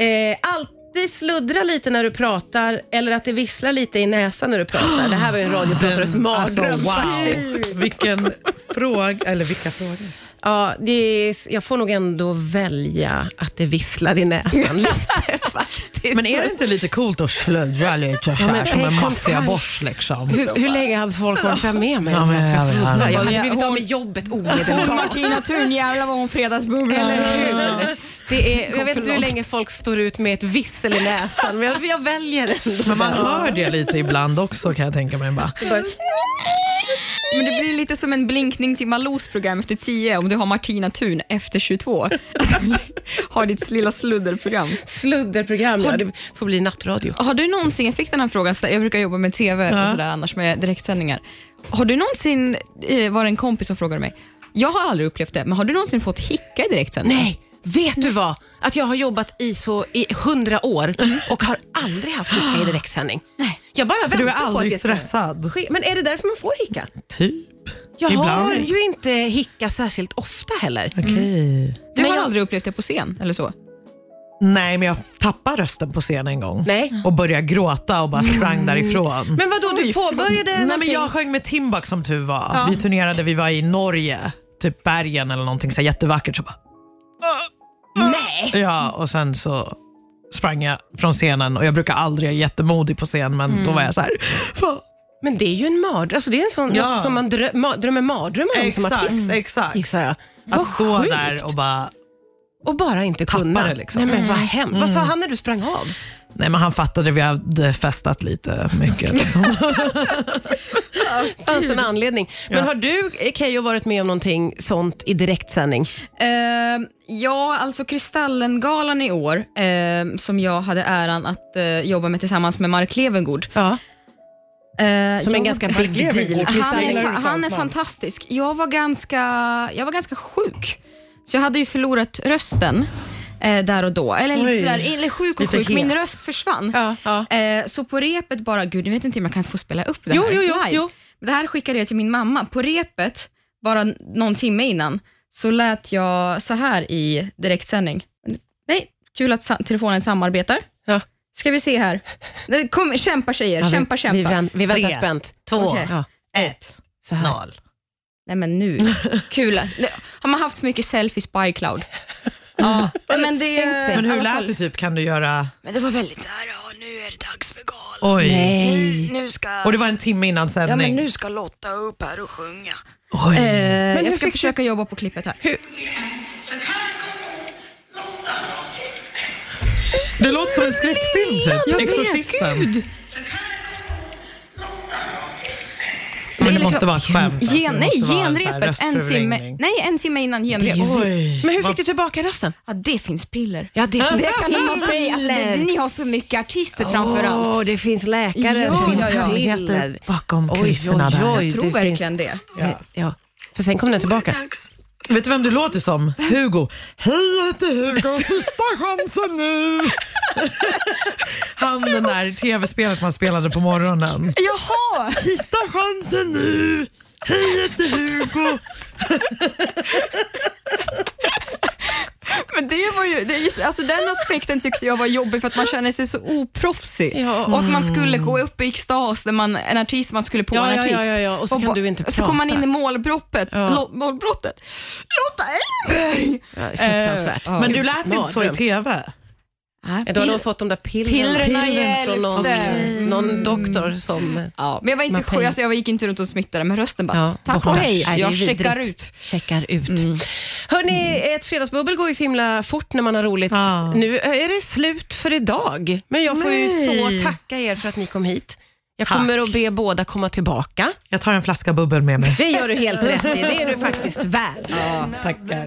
[SPEAKER 1] Eh, alltid sluddra lite när du pratar eller att det visslar lite i näsan när du pratar. Det här var ju en radiopratares
[SPEAKER 2] alltså,
[SPEAKER 1] mardröm.
[SPEAKER 2] wow. Vilken fråga, eller vilka frågor.
[SPEAKER 1] Ja, det är, jag får nog ändå välja att det visslar i näsan lite faktiskt.
[SPEAKER 2] Men är det inte lite coolt att slöja lite så
[SPEAKER 1] men
[SPEAKER 2] här, som en
[SPEAKER 1] tänk om-
[SPEAKER 2] maffiaboss liksom?
[SPEAKER 1] hur, hur länge hade folk orkat vara med mig?
[SPEAKER 2] Ja, men jag vet inte.
[SPEAKER 1] jag hade blivit av med jobbet
[SPEAKER 3] Hon
[SPEAKER 1] omedelbart.
[SPEAKER 3] Martina Thun, jävlar vad hon fredagsbubblar.
[SPEAKER 1] Eller hur? Det är, jag
[SPEAKER 3] Kom
[SPEAKER 1] vet
[SPEAKER 3] för
[SPEAKER 1] inte hur
[SPEAKER 3] långt.
[SPEAKER 1] länge folk står ut med ett vissel i näsan, men jag, jag väljer ändå.
[SPEAKER 2] Men man hör det lite ibland också kan jag tänka mig. Bara.
[SPEAKER 3] Men det blir lite som en blinkning till Malous program efter 10 om du har Martina Thun efter 22. har ditt lilla sludderprogram.
[SPEAKER 1] Sludderprogram, ja. Det får bli nattradio.
[SPEAKER 3] Har du någonsin, jag fick den här frågan, så jag brukar jobba med TV och sådär annars med direktsändningar. Har du någonsin, eh, var det en kompis som frågade mig, jag har aldrig upplevt det, men har du någonsin fått hicka i direktsändning?
[SPEAKER 1] Nej, vet du vad? Att jag har jobbat i så i hundra år och har aldrig haft hicka i direktsändning. Nej. Jag bara väntar
[SPEAKER 2] Du är
[SPEAKER 1] på att
[SPEAKER 2] aldrig
[SPEAKER 1] det ska
[SPEAKER 2] stressad.
[SPEAKER 1] ske. Men är det därför man får hicka?
[SPEAKER 2] Typ.
[SPEAKER 1] Jag har
[SPEAKER 2] Ibland.
[SPEAKER 1] ju inte hicka särskilt ofta heller.
[SPEAKER 2] Okej.
[SPEAKER 3] Du
[SPEAKER 1] Men
[SPEAKER 3] har
[SPEAKER 1] jag-
[SPEAKER 3] aldrig upplevt det på scen eller så?
[SPEAKER 2] Nej, men jag tappade rösten på scen en gång.
[SPEAKER 1] Nej. Mm.
[SPEAKER 2] Och började gråta och bara sprang därifrån.
[SPEAKER 1] Men vadå, du påbörjade
[SPEAKER 2] Nej, men
[SPEAKER 1] någonting?
[SPEAKER 2] jag sjöng med Timbuk som tur var. Vi turnerade, vi var i Norge, typ bergen eller någonting så här jättevackert. Så bara,
[SPEAKER 1] Nej!
[SPEAKER 2] ja, och sen så sprang jag från scenen och jag brukar aldrig vara jättemodig på scen men då var jag så här. "Fan."
[SPEAKER 1] Men det är ju en mardröm. Alltså, det är en sån
[SPEAKER 2] Ja.
[SPEAKER 1] något som man drö- ma- drömmer mardrömmar om som
[SPEAKER 2] Exakt,
[SPEAKER 1] artist.
[SPEAKER 2] exakt.
[SPEAKER 1] Gissar jag.
[SPEAKER 2] Att
[SPEAKER 1] Vad
[SPEAKER 2] stå
[SPEAKER 1] sjukt.
[SPEAKER 2] där och bara,
[SPEAKER 1] Och bara inte kunna.
[SPEAKER 2] det liksom. Mm.
[SPEAKER 1] Nej, men vad hemskt. Vad sa han när du sprang av?
[SPEAKER 2] nej men han fattade vi hade festat lite mycket. Liksom.
[SPEAKER 1] fanns en anledning. Men har du, eh, Keyyo, varit med om någonting sånt i direktsändning?
[SPEAKER 3] Eh, ja, alltså Kristallengalan i år, eh, som jag hade äran att eh, jobba med tillsammans med Mark Levengood.
[SPEAKER 1] Ja.
[SPEAKER 3] Eh,
[SPEAKER 1] Som en
[SPEAKER 3] jag-
[SPEAKER 1] ganska big deal.
[SPEAKER 3] Han är,
[SPEAKER 2] Kristallen-
[SPEAKER 3] fa- han är fantastisk. Jag var, ganska, jag var ganska sjuk, så jag hade ju förlorat rösten eh, där och då. Eller,
[SPEAKER 2] Oj.
[SPEAKER 3] lite sådär, eller sjuk och
[SPEAKER 2] Lite
[SPEAKER 3] sjuk, min
[SPEAKER 2] hes.
[SPEAKER 3] röst försvann.
[SPEAKER 1] Ja, ja.
[SPEAKER 3] Eh, så på repet bara, gud nu vet inte om jag kan få spela upp det
[SPEAKER 1] Jo,
[SPEAKER 3] här
[SPEAKER 1] jo, jo,
[SPEAKER 3] live.
[SPEAKER 1] jo.
[SPEAKER 3] Men Det här skickade jag till min mamma. På repet, bara n- någon timme innan, så lät jag så här i direktsändning. Nej, kul att sa- telefonen samarbetar.
[SPEAKER 1] Ja.
[SPEAKER 3] Ska vi se här. Nej, Kom, kämpa tjejer, kämpa, kämpa.
[SPEAKER 1] Vi, vänt, vi väntar
[SPEAKER 2] Tre,
[SPEAKER 1] spänt.
[SPEAKER 2] två,
[SPEAKER 1] Ja,
[SPEAKER 3] Ett.
[SPEAKER 1] så här.
[SPEAKER 2] Noll.
[SPEAKER 3] Nej men nu, kul. Nej, Har man haft för mycket selfies på iCloud? Ja, nej, men det...
[SPEAKER 2] Men
[SPEAKER 3] i
[SPEAKER 2] hur
[SPEAKER 3] alla
[SPEAKER 2] lät
[SPEAKER 3] fall-
[SPEAKER 2] det typ? Kan du göra?
[SPEAKER 3] Men det var väldigt så här, ja nu är det dags för galan.
[SPEAKER 2] Oj.
[SPEAKER 1] Nej.
[SPEAKER 3] Nu ska...
[SPEAKER 2] Och det var en timme innan
[SPEAKER 3] Ja men
[SPEAKER 2] sändning.
[SPEAKER 3] nu ska Lotta upp här och sjunga.
[SPEAKER 2] Oj.
[SPEAKER 3] Eh,
[SPEAKER 1] hur
[SPEAKER 3] jag ska
[SPEAKER 1] fick
[SPEAKER 3] försöka jobba på klippet här.
[SPEAKER 2] Det låter som en skräckfilm
[SPEAKER 3] Jag
[SPEAKER 2] typ.
[SPEAKER 3] vet,
[SPEAKER 2] Exorcisten.
[SPEAKER 3] Det är
[SPEAKER 2] Men det måste
[SPEAKER 3] liksom-
[SPEAKER 2] vara ett skämt. alltså.
[SPEAKER 3] Gen,
[SPEAKER 2] Det
[SPEAKER 3] nej,
[SPEAKER 2] måste vara en sån här
[SPEAKER 3] genrepet en timme,
[SPEAKER 2] röstförvrängning.
[SPEAKER 3] nej, en timme innan genrep.
[SPEAKER 2] Oj.
[SPEAKER 1] Men hur
[SPEAKER 2] Vad-
[SPEAKER 1] fick du tillbaka rösten?
[SPEAKER 3] Ja, det finns piller.
[SPEAKER 1] Ja, det,
[SPEAKER 3] Det kan ni ha mig. Alltså, det, ni har så mycket artister framför allt.
[SPEAKER 1] Åh, det finns läkare,
[SPEAKER 3] Ja,
[SPEAKER 1] det finns
[SPEAKER 3] ja, ja.
[SPEAKER 1] piller.
[SPEAKER 2] bakom kulisserna
[SPEAKER 1] oj,
[SPEAKER 2] där.
[SPEAKER 1] oj.
[SPEAKER 3] Jag tror
[SPEAKER 1] det finns-
[SPEAKER 3] verkligen det.
[SPEAKER 1] Ja. Eh, För sen kom den tillbaka.
[SPEAKER 2] Vet du vem du låter som? Hugo. Hej, jag heter Hugo. Sista chansen nu. Han den där tv-spelet man spelade på morgonen.
[SPEAKER 3] Jaha!
[SPEAKER 2] Sista chansen nu. Hej, jag heter Hugo.
[SPEAKER 3] Men det var ju, det, är just, alltså den aspekten tyckte jag var jobbig för att man känner sig så oproffsig.
[SPEAKER 1] Ja.
[SPEAKER 3] Och att man skulle gå upp i extas, när man, en artist man skulle på
[SPEAKER 1] Ja,
[SPEAKER 3] en
[SPEAKER 1] ja,
[SPEAKER 3] artist.
[SPEAKER 1] ja, ja, ja. Och så kan
[SPEAKER 3] ba-
[SPEAKER 1] du inte
[SPEAKER 3] Så kom man in
[SPEAKER 1] prata.
[SPEAKER 3] i målbrottet. Lo, målbrottet. Lotta Engberg!
[SPEAKER 1] Ja, fruktansvärt.
[SPEAKER 3] Eh, ja.
[SPEAKER 2] Men du lät inte så i
[SPEAKER 1] Mardröm.
[SPEAKER 2] tv.
[SPEAKER 1] Då har de fått de där pillerna,
[SPEAKER 3] Pillerna
[SPEAKER 1] från någon,
[SPEAKER 3] hjälpte.
[SPEAKER 1] någon doktor som
[SPEAKER 3] Ja, men jag var inte
[SPEAKER 1] Man
[SPEAKER 3] sjuk,
[SPEAKER 1] kan-
[SPEAKER 3] alltså jag gick inte runt och smittade, men rösten bara
[SPEAKER 1] Ja,
[SPEAKER 3] tack och
[SPEAKER 1] usch.
[SPEAKER 3] hej,
[SPEAKER 1] Nej, det är
[SPEAKER 3] jag checkar
[SPEAKER 1] vidrigt.
[SPEAKER 3] ut.
[SPEAKER 1] checkar ut. Hörni, ett fredagsbubbel går ju så himla fort när man har roligt.
[SPEAKER 2] Ja.
[SPEAKER 1] Nu eh, är det slut för idag, men jag får ju
[SPEAKER 2] Nej.
[SPEAKER 1] så tacka er för att ni kom hit. Jag
[SPEAKER 2] Tack.
[SPEAKER 1] kommer att be båda komma tillbaka.
[SPEAKER 2] Jag tar en flaska bubbel med mig.
[SPEAKER 1] Det gör du helt rätt i. Det är du faktiskt värd.
[SPEAKER 2] Tackar.